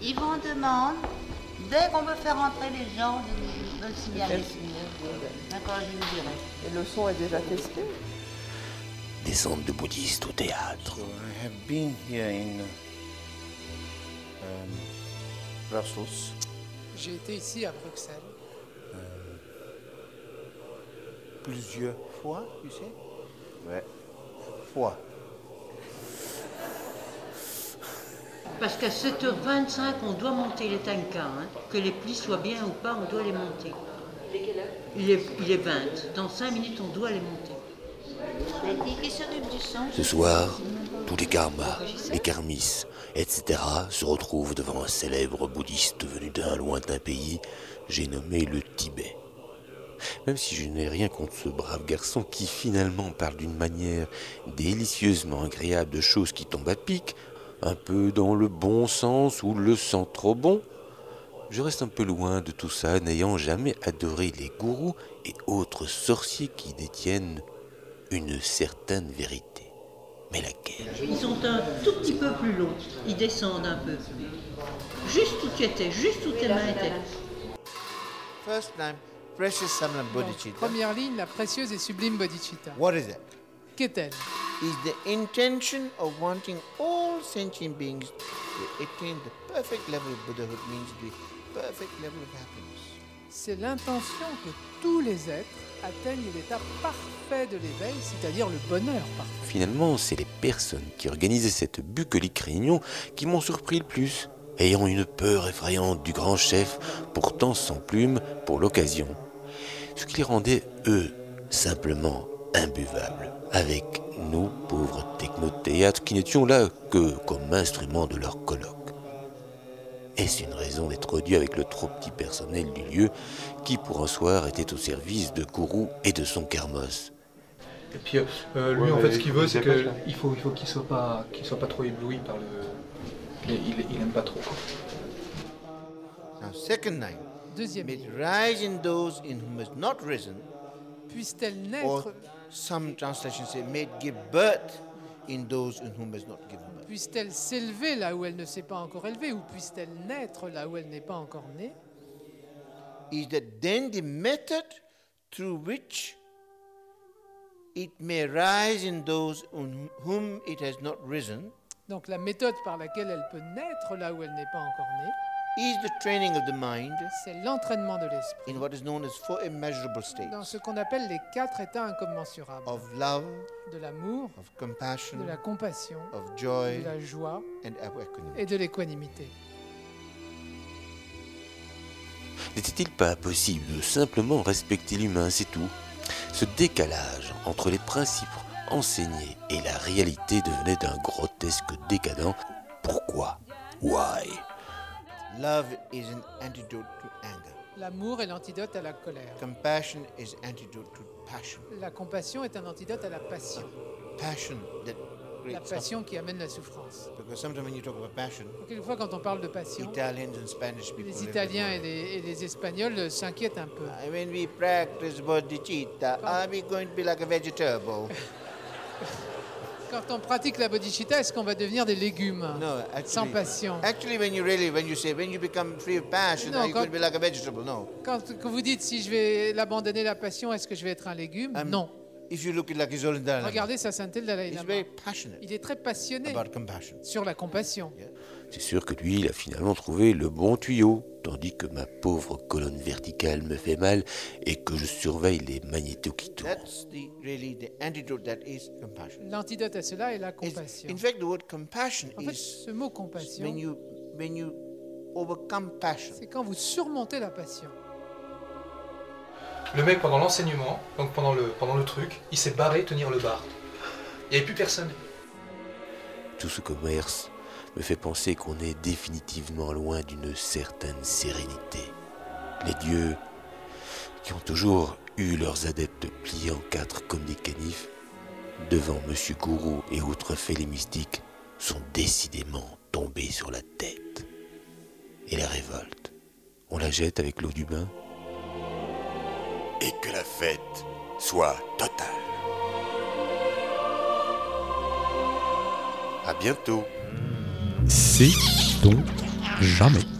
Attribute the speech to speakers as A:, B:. A: Yvon demande, dès qu'on veut faire entrer les gens, de, de le signaler. D'accord, je vous dirai.
B: Et le son est déjà testé.
C: Descente de bouddhistes au théâtre.
D: So I have been here in um, Brussels.
E: J'ai été ici à Bruxelles
D: Euh, plusieurs fois, tu sais Ouais. Fois.
F: Parce qu'à 7h25, on doit monter les tankas. hein. Que les plis soient bien ou pas, on doit les monter. Il est Il est, 20. Dans 5 minutes, on doit les monter.
A: C'est qui qui s'occupe du son
C: Ce soir, tous les karmas, les karmis, etc. se retrouvent devant un célèbre bouddhiste venu d'un lointain pays, j'ai nommé le Tibet. Même si je n'ai rien contre ce brave garçon qui finalement parle d'une manière délicieusement agréable de choses qui tombent à pic, un peu dans le bon sens ou le sens trop bon, je reste un peu loin de tout ça, n'ayant jamais adoré les gourous et autres sorciers qui détiennent une certaine vérité. Mais laquelle
F: Ils sont un tout petit peu plus longs. Ils descendent un peu. Juste où tu étais, juste où tes mains étaient.
D: First name, Precious Samlam Bodhicitta.
E: Première ligne, la précieuse et sublime bodhicitta.
D: What is it?
E: Qu'est-elle
D: Is the intention of wanting all sentient beings to attain the perfect level of Buddhahood means the perfect level of happiness.
E: C'est l'intention que tous les êtres atteignent l'état parfait de l'éveil, c'est-à-dire le bonheur parfait.
C: Finalement, c'est les personnes qui organisaient cette bucolique réunion qui m'ont surpris le plus, ayant une peur effrayante du grand chef, pourtant sans plume pour l'occasion. Ce qui les rendait, eux, simplement imbuvables, avec nous pauvres technothéâtres qui n'étions là que comme instruments de leur colloque. Est-ce une raison d'être odieux avec le trop petit personnel du lieu qui, pour un soir, était au service de Kourou et de son karmos
G: Et puis, euh, lui,
H: Ouais,
G: en
H: mais
G: fait, ce qu'il veut,
H: il
G: c'est
H: dépêche,
G: qu'il
H: là.
G: faut, il faut qu'il soit pas, qu'il soit pas trop ébloui par le. Il, il, il aime pas trop. quoi.
D: Now, second name,
E: Deuxième
D: may
E: ligne.
D: it rise in those in whom has not risen,
E: Puisse-t-elle
D: or
E: naître
D: some translations say, may it give birth in those in whom has not given birth.
E: Puisse-t-elle s'élever là où elle ne s'est pas encore élevée ou puisse-t-elle naître là où elle n'est pas encore née
D: Is that then the method through which it may rise in those in whom it has not risen
E: Donc la méthode par laquelle elle peut naître là où elle n'est pas encore née,
D: is the training of the mind
E: c'est l'entraînement de l'esprit
D: in what is known as four immeasurable
E: dans ce
D: states
E: qu'on appelle les quatre états incommensurables
D: of love,
E: de l'amour,
D: of
E: de
D: compassion,
E: la compassion,
D: of
E: de
D: joy,
E: la joie
D: and of equanimity.
E: et de l'équanimité.
C: N'était-il pas possible de simplement respecter l'humain, c'est tout Ce décalage entre les principes enseignés et la réalité devenait d'un grotesque décadent. Pourquoi Why
D: Love is an antidote to anger.
E: L'amour est l'antidote à la colère.
D: Compassion is antidote to passion.
E: La compassion est un antidote à la passion,
D: Passion that
E: la
D: creates
E: passion qui amène la souffrance.
D: suffering. Because sometimes when you talk about passion,
E: Quelquefois, quand on parle de passion,
D: Italians and Spanish people.
E: les
D: live with
E: Italiens et
D: worry.
E: les, et les Espagnols euh, s'inquiètent un peu.
D: Uh, When we practice bodhicitta, are we going to be like a vegetable?
E: Quand on pratique la bodhicitta, est-ce qu'on va devenir des légumes
D: No, actually.
E: sans passion
D: Actually, when you really, when you say, when you become free of passion,
E: No,
D: are you going to
E: God-
D: be like a vegetable? No.
E: quand, quand vous dites si je vais l'abandonner la passion, est-ce que je vais être un légume
D: I'm-
E: Non.
D: If you look at like Isolan Dalai Lama,
E: Regardez sa sainteté le Dalai
D: he's
E: Lama.
D: very passionate
E: Il est très passionné
D: about compassion.
E: sur la compassion.
C: C'est sûr que lui, il a finalement trouvé le bon tuyau, tandis que ma pauvre colonne verticale me fait mal et que je surveille les magnétos qui tournent.
D: That's the really the antidote that is compassion.
E: L'antidote à cela est la
D: It's-
E: compassion.
D: in fact, the word compassion
E: En fait,
D: is
E: ce mot
D: when
E: compassion,
D: you when you overcome passion.
E: c'est quand vous surmontez la passion.
G: Le mec, pendant l'enseignement, donc pendant le, pendant le truc, il s'est barré tenir le bar. Il n'y avait plus personne.
C: Tout ce commerce me fait penser qu'on est définitivement loin d'une certaine sérénité. Les dieux, qui ont toujours eu leurs adeptes pliés en quatre comme des canifs, devant Monsieur Gourou et autres fêlés mystiques, sont décidément tombés sur la tête. Et la révolte, on la jette avec l'eau du bain Et que la fête soit totale. À bientôt.
H: C'est donc
B: Jamais.